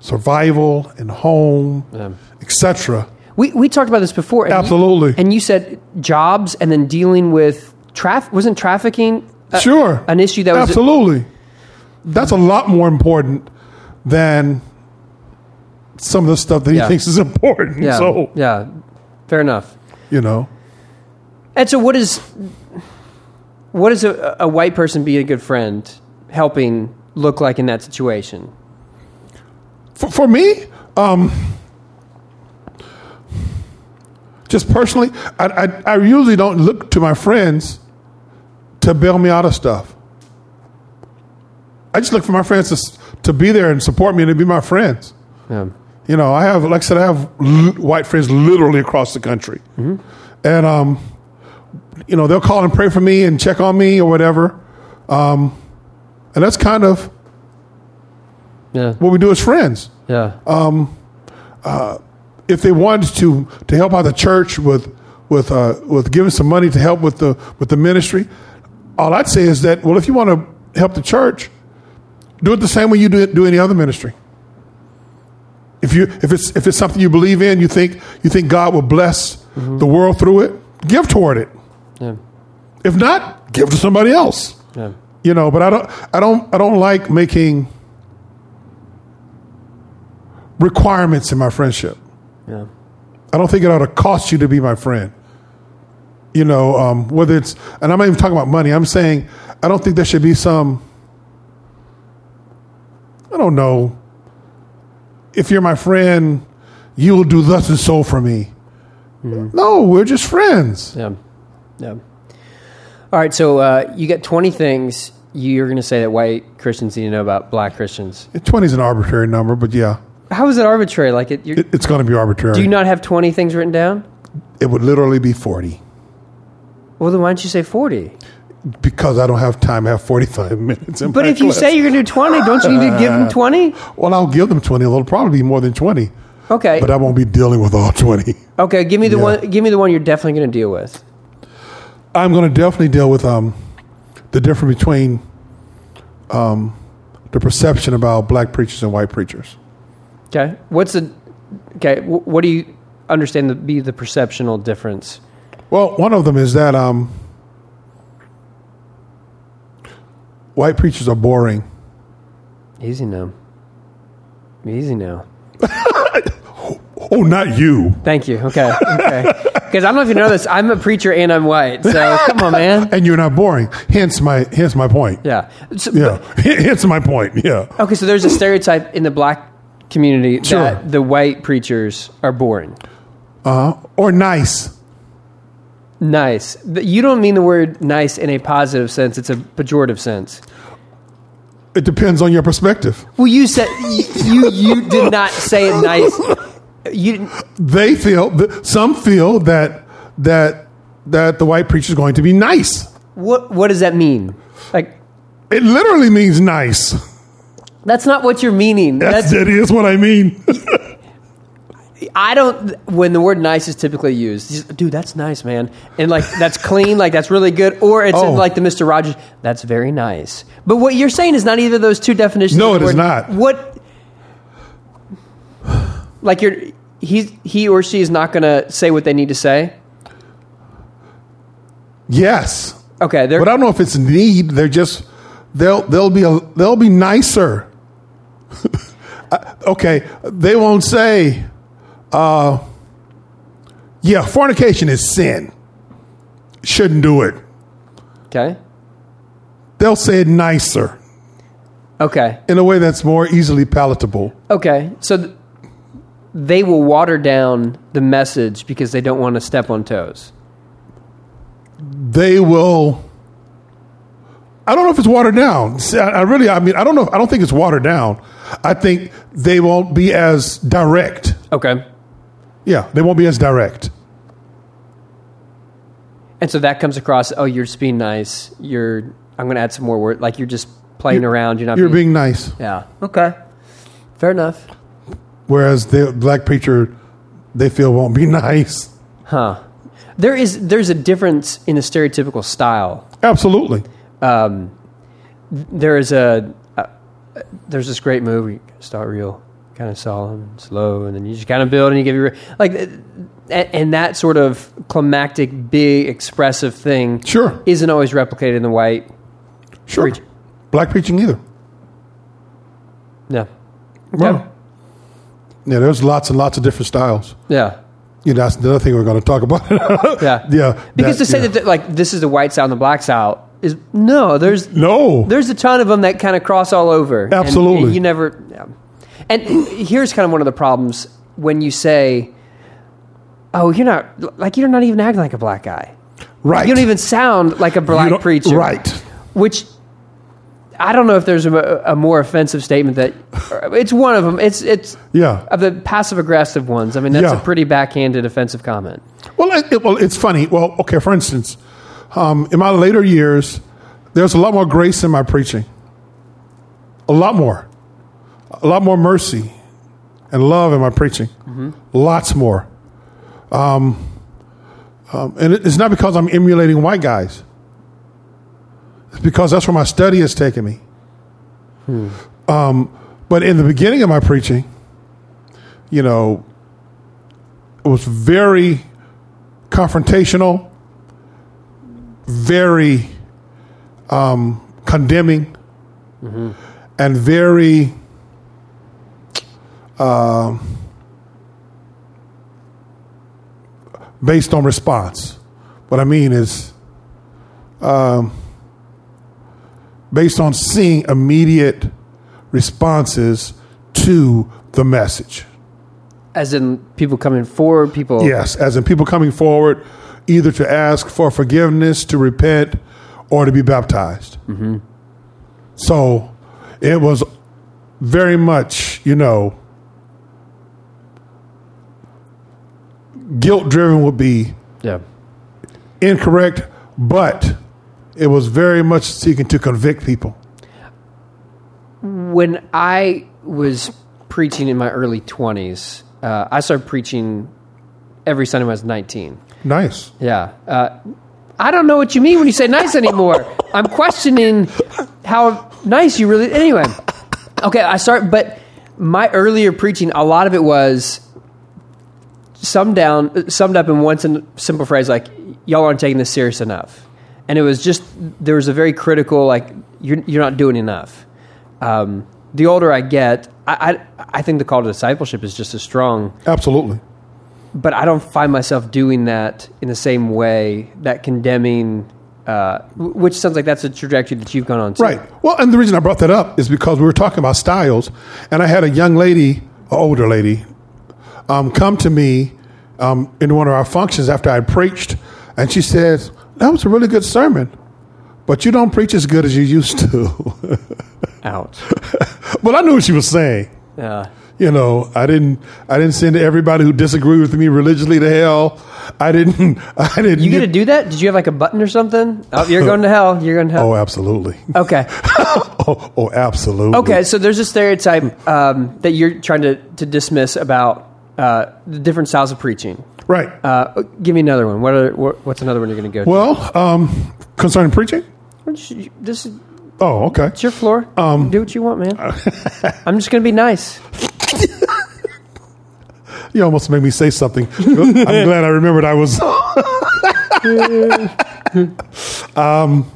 D: survival and home, etc.
B: We we talked about this before. and you-
D: Absolutely.
B: and you said jobs, and then dealing with traffic. Wasn't trafficking? a-
D: sure.
B: An issue uh, that was
D: Absolutely. That's a lot more important than some of the stuff that
B: Yeah.
D: he thinks is important.
B: Yeah.
D: So,
B: yeah. Fair enough.
D: you know,
B: And so, what is what does a, a white person being a good friend helping look like in that situation?
D: for, for me, um, just personally, I, I, I usually don't look to my friends to bail me out of stuff. I just look for my friends to, s- to be there and support me and to be my friends.
B: Yeah.
D: You know, I have, like I said, I have l- white friends literally across the country, and um, you know, they'll call and pray for me and check on me or whatever, um, and that's kind of
B: Yeah.
D: what we do as friends.
B: Yeah.
D: If they wanted to to help out the church with with uh, with giving some money to help with the with the ministry, all I'd say is that well, if you want to help the church, do it the same way you do do any other ministry. If you if it's if it's something you believe in, you think you think God will bless the world through it, give toward it.
B: yeah.
D: If not, give to somebody else.
B: Yeah.
D: You know, but I don't I don't I don't like making requirements in my friendship.
B: Yeah.
D: I don't think it ought to cost you to be my friend. You know, um, whether it's, and I'm not even talking about money. I'm saying I don't think there should be some, I don't know, if you're my friend, you will do thus and so for me.
B: Mm-hmm.
D: No, we're just friends.
B: Yeah. Yeah. All right. So uh, you got twenty things you're going to say that white Christians need to know about black Christians.
D: 20 is an arbitrary number, but yeah,
B: How is it arbitrary? Like, it, you're,
D: it, it's going to be arbitrary.
B: do you not have twenty things written down?
D: it would literally be 40
B: Well, then why don't you say forty?
D: because I don't have time. I have 45 minutes. In
B: But
D: my
B: if you
D: class.
B: say you're going to do twenty, don't you need to give them twenty?
D: well, I'll give them 20. It'll probably be more than 20,
B: Okay.
D: but I won't be dealing with all 20.
B: Okay, give me the
D: Yeah.
B: one. Give me the one you're definitely going to deal with.
D: I'm going to definitely deal with um, the difference between um, the perception about black preachers and white preachers.
B: Okay, what's the? Okay, wh- what do you understand to be the perceptional difference?
D: Well, one of them is that um, white preachers are boring.
B: Easy now. Easy now.
D: Oh, not you.
B: Thank you. Okay. Okay. Because I don't know if you know this, I'm a preacher and I'm white. So come on, man.
D: And you're not boring. Hence my hence my point.
B: Yeah. So,
D: Yeah. hence my point. Yeah.
B: Okay, so there's a stereotype in the black community
D: Sure.
B: that the white preachers are boring.
D: Or nice.
B: Nice. But You don't mean the word nice in a positive sense. It's a pejorative sense.
D: It depends on your perspective.
B: Well, you said you you did not say it nice. You didn't-
D: They feel th- some feel that that that the white preacher is going to be nice.
B: what what does that mean? Like
D: It literally means nice.
B: that's not what you're meaning.
D: That's,
B: That's,
D: that is what I mean.
B: I don't when the word nice is typically used. you just, Dude, that's nice, man. And like that's clean, like that's really good or it's in
D: Oh.
B: like the Mr. Rogers, that's very nice. But what you're saying is not either of those two definitions.
D: No,
B: of the
D: it is
B: word.
D: not.
B: What Like you're he's he or she is not going to say what they need to say.
D: yes,
B: Okay, they're
D: but I don't know if it's need. They're just they'll they'll be a, they'll be nicer. Uh, okay, they won't say, uh, Yeah, fornication is sin. Shouldn't do it.
B: Okay.
D: They'll say it nicer
B: Okay.
D: in a way that's more easily palatable.
B: Okay. So th- they will water down the message because they don't want to step on toes.
D: They will. I don't know if it's watered down. See, I, I really, I mean, I don't know. I don't think it's watered down. I think they won't be as direct.
B: Okay.
D: Yeah, they won't be as direct.
B: And so that comes across, oh, you're just being nice. You're I'm going to add some more word like you're just playing around, you're not
D: You're being nice.
B: Yeah. Okay. Fair enough.
D: Whereas the black preacher, they feel won't be nice.
B: Huh. There is there's a difference in the stereotypical style.
D: Absolutely.
B: There is a uh, there's this great movie start real kind of solemn, slow, and then you just kind of build and you give your like uh, and, and that sort of climactic, big, expressive thing
D: Sure.
B: isn't always replicated in the white.
D: Sure.
B: Preach.
D: Black preaching either.
B: No.
D: Well, yeah, there's lots and lots of different styles.
B: Yeah.
D: You know, that's another thing we're going to talk about.
B: Yeah.
D: yeah.
B: Because to say
D: yeah.
B: that that like this is the white style and the black style is no. There's
D: No.
B: there's a ton of them that kind of cross all over. And-
D: Absolutely.
B: and you never. Yeah. And here's kind of one of the problems when you say, "Oh, you're not like you're not even acting like a black guy.
D: right.
B: You don't even sound like a
D: You
B: black
D: don't-
B: preacher."
D: Right.
B: Which. I don't know if there's a, a more offensive statement that it's one of them. It's it's
D: Yeah.
B: of the passive aggressive ones. I mean, that's
D: Yeah.
B: a pretty backhanded offensive comment.
D: Well, it, it- well, it's funny. Well, okay, for instance, um, in my later years, there's a lot more grace in my preaching. A lot more. A lot more mercy and love in my preaching. Lots more. Um, um, and it- it's not because I'm emulating white guys, it's because that's where my study has taken me. Um, but in the beginning of my preaching, you know, it was very confrontational, very um, condemning, and very um, based on response. What I mean is um, based on seeing immediate responses to the message.
B: As in people coming forward, people.
D: Yes, as in people coming forward either to ask for forgiveness, to repent, or to be baptized. Mm-hmm. So it was very much, you know, guilt driven would be
B: Yeah.
D: incorrect, but it was very much seeking to convict people.
B: When I was preaching in my early 20s, uh, I started preaching every Sunday when I was 19.
D: Nice.
B: Yeah. Uh, I don't know what you mean when you say nice anymore. I'm questioning how nice you really. Anyway, okay, I start, but my earlier preaching, a lot of it was summed down, summed up in one sim- simple phrase like, "Y'all aren't taking this serious enough," and it was just there was a very critical like, "You're you're not doing enough." Um, the older I get, I, I I think the call to discipleship is just as strong
D: Absolutely.
B: but I don't find myself doing that in the same way that condemning, uh, w- which sounds like that's a trajectory that you've gone on. To.
D: Right. Well, and the reason I brought that up is because we were talking about styles, and I had a young lady, an older lady, um, come to me um, in one of our functions after I preached, and she says, "That was a really good sermon, but you don't preach as good as you used to."
B: Out. Uh,
D: well, I knew what she was saying.
B: Yeah.
D: You know, I didn't. I didn't send everybody who disagreed with me religiously to hell. I didn't. I didn't.
B: You get to do that? Did you have like a button or something? Oh, you're going to hell. You're going to hell.
D: Oh, absolutely.
B: Okay.
D: oh, oh, absolutely.
B: Okay. So there's a stereotype um, that you're trying to, to dismiss about uh, the different styles of preaching.
D: Right.
B: Uh, give me another one. What are, what, what's another one you're going to go
D: well, um, concerning preaching.
B: to? This is
D: Oh, okay.
B: it's your floor.
D: Um,
B: do what you want, man. I'm just going to be nice.
D: You almost made me say something. I'm glad I remembered I was. um, Um,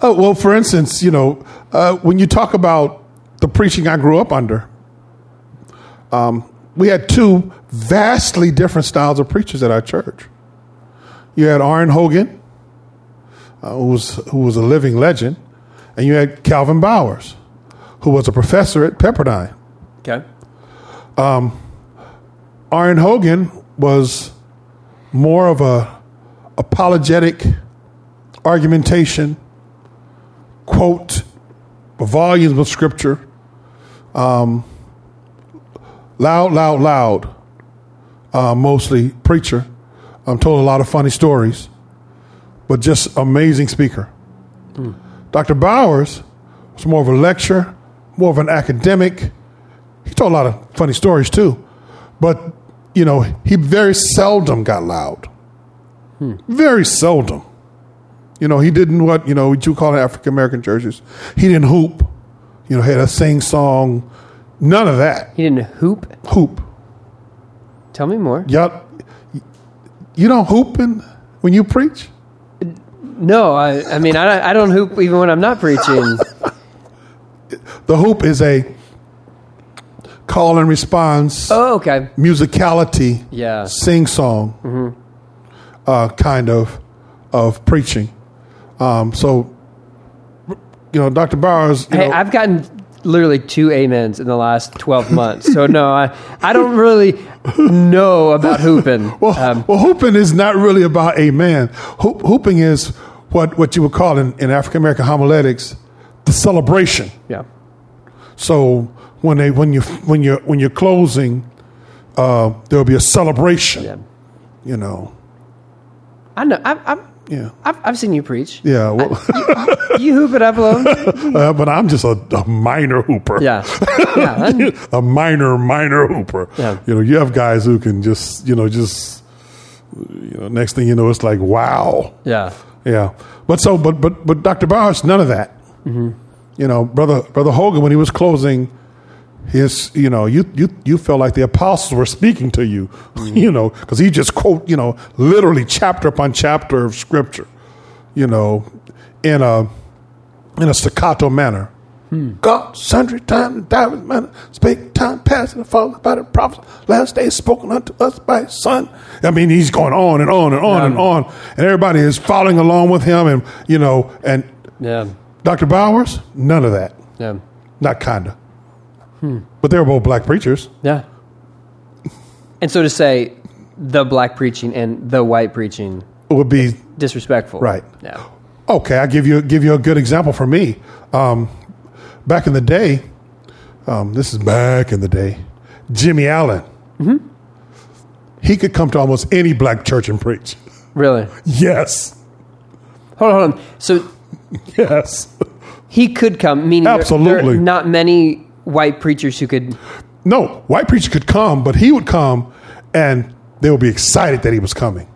D: oh, well, for instance, you know, uh, when you talk about the preaching I grew up under, um, we had two vastly different styles of preachers at our church. You had Arn Hogan, uh, who, was, who was a living legend, and you had Calvin Bowers, who was a professor at Pepperdine.
B: Okay.
D: Arn Hogan was more of a apologetic argumentation, quote volumes of scripture, um, loud, loud, loud, uh, mostly preacher. Um, told a lot of funny stories, but just amazing speaker. Dr. Bowers was more of a lecturer, more of an academic. He told a lot of funny stories too, but you know he very seldom got loud. Very seldom. You know he didn't what you know what you call it African American churches. He didn't hoop. You know had a sing song. None of that
B: He didn't hoop.
D: hoop.
B: Tell me more.
D: Y'all, you don't hooping when you preach.
B: No, I, I mean, I, don't- I don't hoop even when I'm not preaching.
D: The hoop is a call and response
B: Oh, okay.
D: musicality,
B: Yeah. Mm-hmm.
D: sing song uh, kind of of preaching. Um, so, you know, Dr. Bowers, you
B: Hey,
D: know,
B: I've gotten literally two amens in the last 12 months. So, no, I, I don't really know about hooping.
D: well,
B: Um,
D: well, hooping is not really about amen. Hoop, hooping is what, what you would call in, in African American homiletics the celebration.
B: yeah.
D: So when they when you when you when you're closing, uh, there'll be a celebration.
B: Yeah.
D: You know.
B: I know. I, I,
D: Yeah.
B: I've, I've seen you preach.
D: Yeah. Well,
B: You hoop it up alone.
D: uh, but I'm just a, a minor hooper.
B: Yeah. yeah. I-
D: a minor minor hooper.
B: Yeah.
D: You know, you have guys who can just you know just you know next thing you know it's like wow.
B: Yeah.
D: Yeah. But so, but but but Dr. Bowers, none of that. You know, brother brother Hogan, when he was closing his, you know, you you you felt like the apostles were speaking to you, you know, because he just quote, you know, literally chapter upon chapter of scripture, you know, in a in a staccato manner. God, sundry time, and divers manner, spake time past and followed by the prophets. Last day spoken unto us by his son. I mean, he's going on and on and on and on. And everybody is following along with him. And, you know, and
B: Yeah.
D: Dr. Bowers, none of that.
B: Yeah.
D: Not kinda. But they were both black preachers.
B: Yeah. And so to say the black preaching and the white preaching,
D: It would be,
B: disrespectful.
D: Right.
B: Yeah.
D: okay, I'll give you, give you a good example for me. Um, back in the day, um, this is back in the day, Jimmy Allen, Mm-hmm. he could come to almost any black church and preach.
B: Really?
D: Yes.
B: Hold on, hold on. So
D: Yes.
B: he could come, meaning there- there are
D: Absolutely.
B: not many white preachers who could.
D: No, white preacher could come, but he would come and they would be excited that he was coming.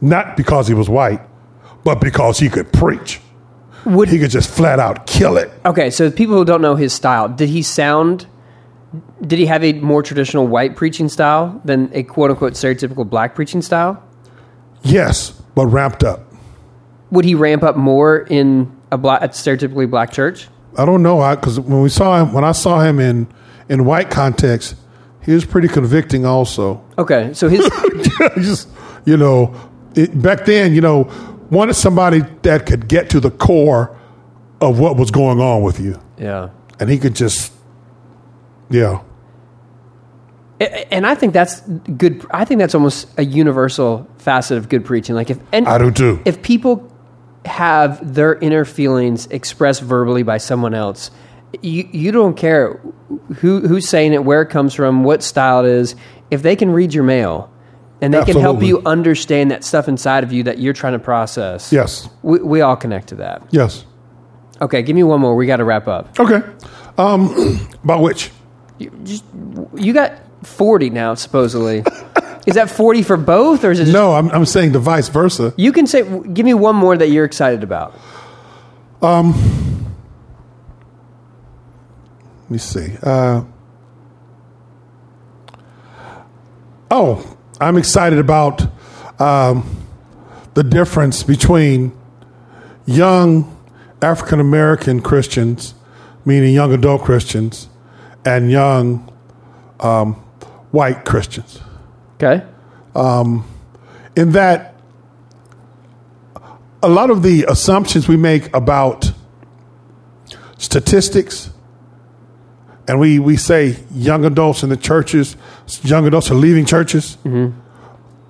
D: Not because he was white, but because he could preach.
B: Would-
D: he could just flat out kill it.
B: Okay, so people who don't know his style, did he sound? Did he have a more traditional white preaching style than a quote unquote stereotypical black preaching style?
D: Yes, but ramped up.
B: Would he ramp up more in a, black, a stereotypically black church?
D: I don't know because when we saw him, when I saw him in in white context, he was pretty convicting. Also,
B: Okay, so his
D: just you know, it, back then, you know, wanted somebody that could get to the core of what was going on with you.
B: yeah.
D: and he could just, yeah,
B: A- and I think that's good. I think that's almost a universal facet of good preaching. Like if and
D: I do too.
B: If people have their inner feelings expressed verbally by someone else, you you don't care who who's saying it, where it comes from, what style it is. If they can read your mail, and they can help
D: Absolutely.
B: you understand that stuff inside of you that you're trying to process.
D: yes,
B: We, we all connect to that.
D: yes,
B: Okay, give me one more. We got to wrap up.
D: okay. Um, about which?
B: You, just, you got 40 now, supposedly. is that 40 for both, or is it just
D: No, I'm, I'm saying the vice versa.
B: You can say, give me one more that you're excited about.
D: Let me see. Uh, oh, I'm excited about um, the difference between young African American Christians, meaning young adult Christians, and young um, white Christians.
B: Okay.
D: in that a lot of the assumptions we make about statistics and we, we say young adults in the churches, young adults are leaving churches.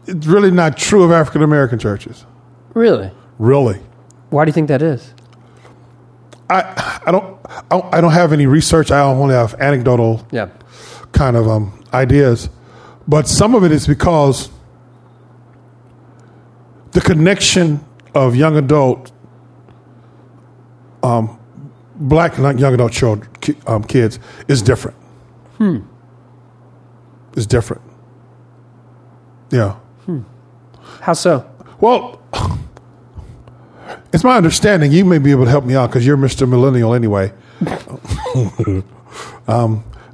D: It's really not true of African American churches,
B: Really?
D: really.
B: Why do you think that is?
D: I, I don't I don't- I don't have any research. I only have anecdotal
B: Yeah.
D: kind of um, ideas, but some of it is because the connection of young adult, um, black and young adult children, ki- um, kids is different. Hmm. Is different. Yeah.
B: How so?
D: Well, it's my understanding. You may be able to help me out because you're Mr. Millennial anyway. um,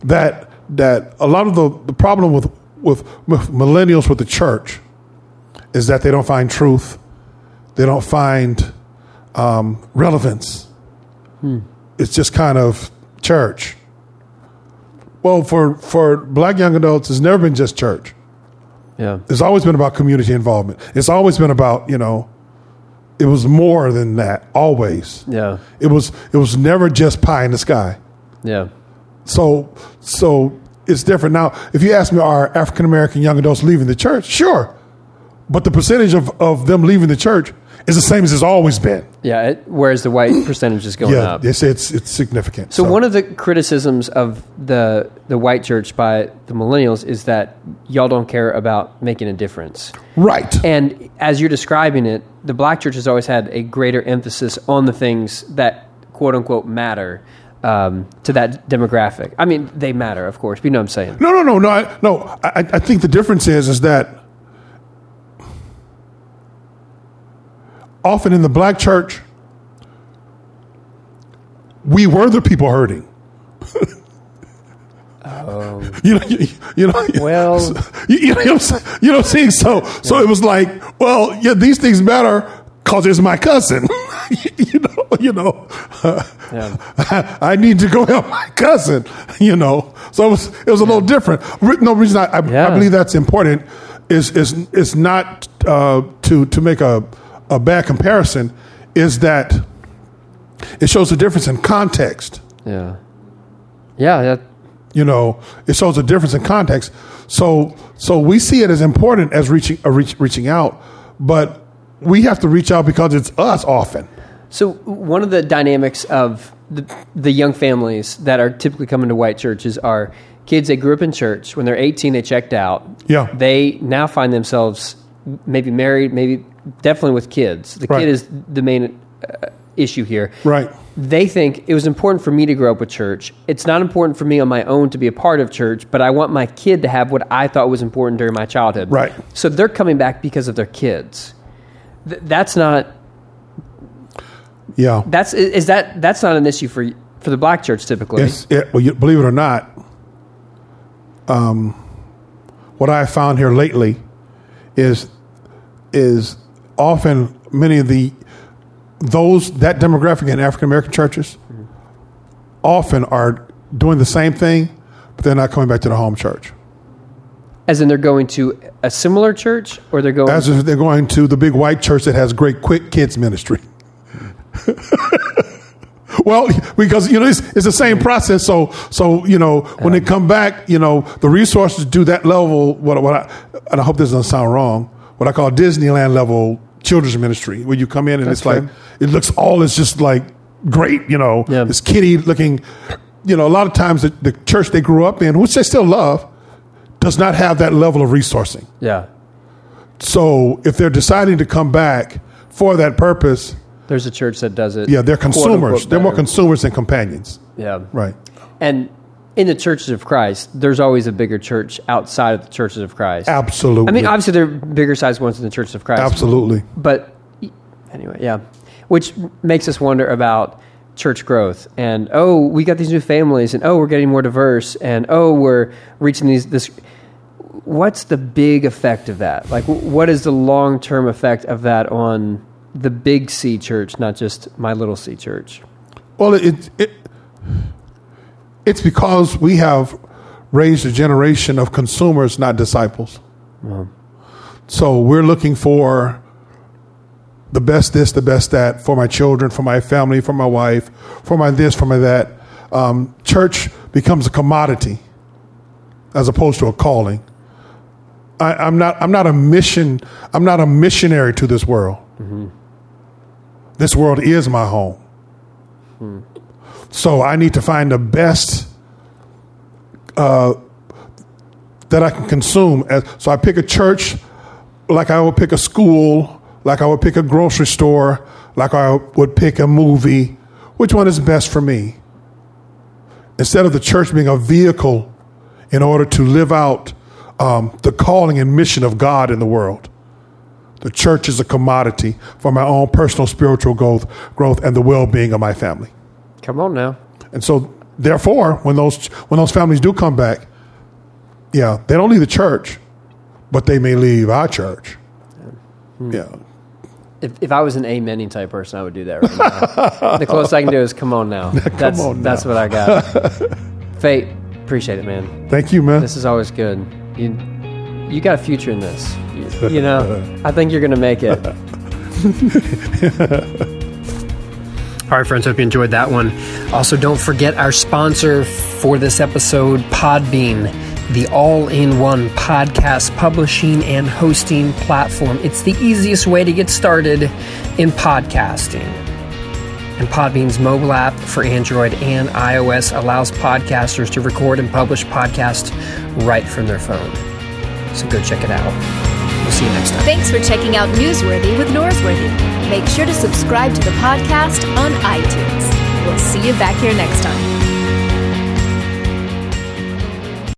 D: that that a lot of the, the problem with, with with millennials with the church is that they don't find truth, they don't find um, relevance. It's just kind of church. Well, for for black young adults, it's never been just church
B: Yeah.
D: it's always been about community involvement. It's always been about, you know, it was more than that, always.
B: Yeah.
D: It was it was never just pie in the sky.
B: Yeah.
D: So so it's different. Now, if you ask me are African American young adults leaving the church, sure. But the percentage of, of them leaving the church is the same as it's always been.
B: Yeah. It, whereas the white percentage is going
D: Yeah,
B: up.
D: it's it's it's significant.
B: So one of the criticisms of the the white church by the millennials is that y'all don't care about making a difference.
D: Right.
B: And as you're describing it, the black church has always had a greater emphasis on the things that quote unquote matter um, to that demographic. I mean, they matter, of course. But you know what I'm saying?
D: No, no, no, no, I, no. I, I think the difference is is that often in the black church, we were the people hurting. You know, you, you know.
B: Well-
D: you, you know, what I'm saying? you know, what I'm saying so. So it was like, well, yeah, these things matter because it's my cousin. you know, you know.
B: Yeah.
D: I, I need to go help my cousin, you know. So it was, it was a little different. Re- No reason I, I,
B: Yeah.
D: I believe that's important is is is not uh, to to make a a bad comparison. Is that it shows a difference in context.
B: Yeah. Yeah. That,
D: You know, it shows a difference in context. So so we see it as important as reaching uh, reach, reaching out, but we have to reach out because it's us often.
B: So one of the dynamics of the, the young families that are typically coming to white churches are kids they grew up in church. When they're 18, they checked out.
D: Yeah.
B: They now find themselves maybe married, maybe definitely with kids. The
D: Right.
B: kid is the main uh, issue here.
D: Right.
B: They think it was important for me to grow up with church. It's not important for me on my own to be a part of church, but I want my kid to have what I thought was important during my childhood.
D: Right.
B: So they're coming back because of their kids. Th- that's not
D: Yeah.
B: that's is that that's not an issue for for the black church typically.
D: It's, it, well, you, believe it or not, um, what I have found here lately is is often many of the those that demographic in African American churches often are doing the same thing, but they're not coming back to the home church.
B: As in, they're going to a similar church, or they're going.
D: As if they're going to the big white church that has great quick kids ministry. well, because you know it's, it's the same process. So so you know when they come back, you know the resources to do that level. What what I and I hope this doesn't sound wrong. What I call Disneyland level children's ministry, where you come in and it's
B: fair.
D: like it looks all is just like great. You know,
B: Yeah.
D: it's kitty looking. You know, a lot of times the, the church they grew up in, which they still love, does not have that level of resourcing.
B: yeah,
D: So if they're deciding to come back for that purpose,
B: there's a church that does it.
D: yeah, they're
B: quote, unquote,
D: consumers. They're more
B: better.
D: consumers than companions.
B: Yeah,
D: Right.
B: And in the churches of Christ, there's always a bigger church outside of the churches of Christ.
D: Absolutely.
B: I mean, obviously, there are bigger sized ones in the churches of Christ.
D: Absolutely.
B: but anyway, yeah, which makes us wonder about church growth and oh, we got these new families and oh, we're getting more diverse and oh, we're reaching these this. What's the big effect of that? Like, wh- what is the long term effect of that on the big C church, not just my little C church?
D: Well, it, it it's because we have raised a generation of consumers, not disciples. So we're looking for the best this, the best that for my children, for my family, for my wife, for my this, for my that. Um, church becomes a commodity as opposed to a calling. I, I'm not. I'm not a mission. I'm not a missionary to this world. This world is my home. So I need to find the best uh, that I can consume. As- So I pick a church, like I would pick a school, like I would pick a grocery store, like I would pick a movie. Which one is best for me? Instead of the church being a vehicle in order to live out um, the calling and mission of God in the world. The church is a commodity for my own personal spiritual growth, growth and the well-being of my family.
B: Come on now.
D: And so, therefore, when those when those families do come back, yeah, they don't leave the church, but they may leave our church. Yeah,
B: If, if I was an amening type person, I would do that right now. the closest I can do is come on now. that's,
D: on now.
B: that's what I got. Fate, appreciate it, man.
D: thank you, man.
B: This is always good. You, you got a future in this. You, you know, I think you're going to make it. All right, friends, hope you enjoyed that one. Also, don't forget our sponsor for this episode, Podbean, the all in one podcast publishing and hosting platform. It's the easiest way to get started in podcasting and Podbean's mobile app for Android and iOS allows podcasters to record and publish podcasts right from their phone. So go check it out. We'll see you next time.
A: Thanks for checking out Newsworthy with Norsworthy. Make sure to subscribe to the podcast on iTunes. We'll see you back here next time.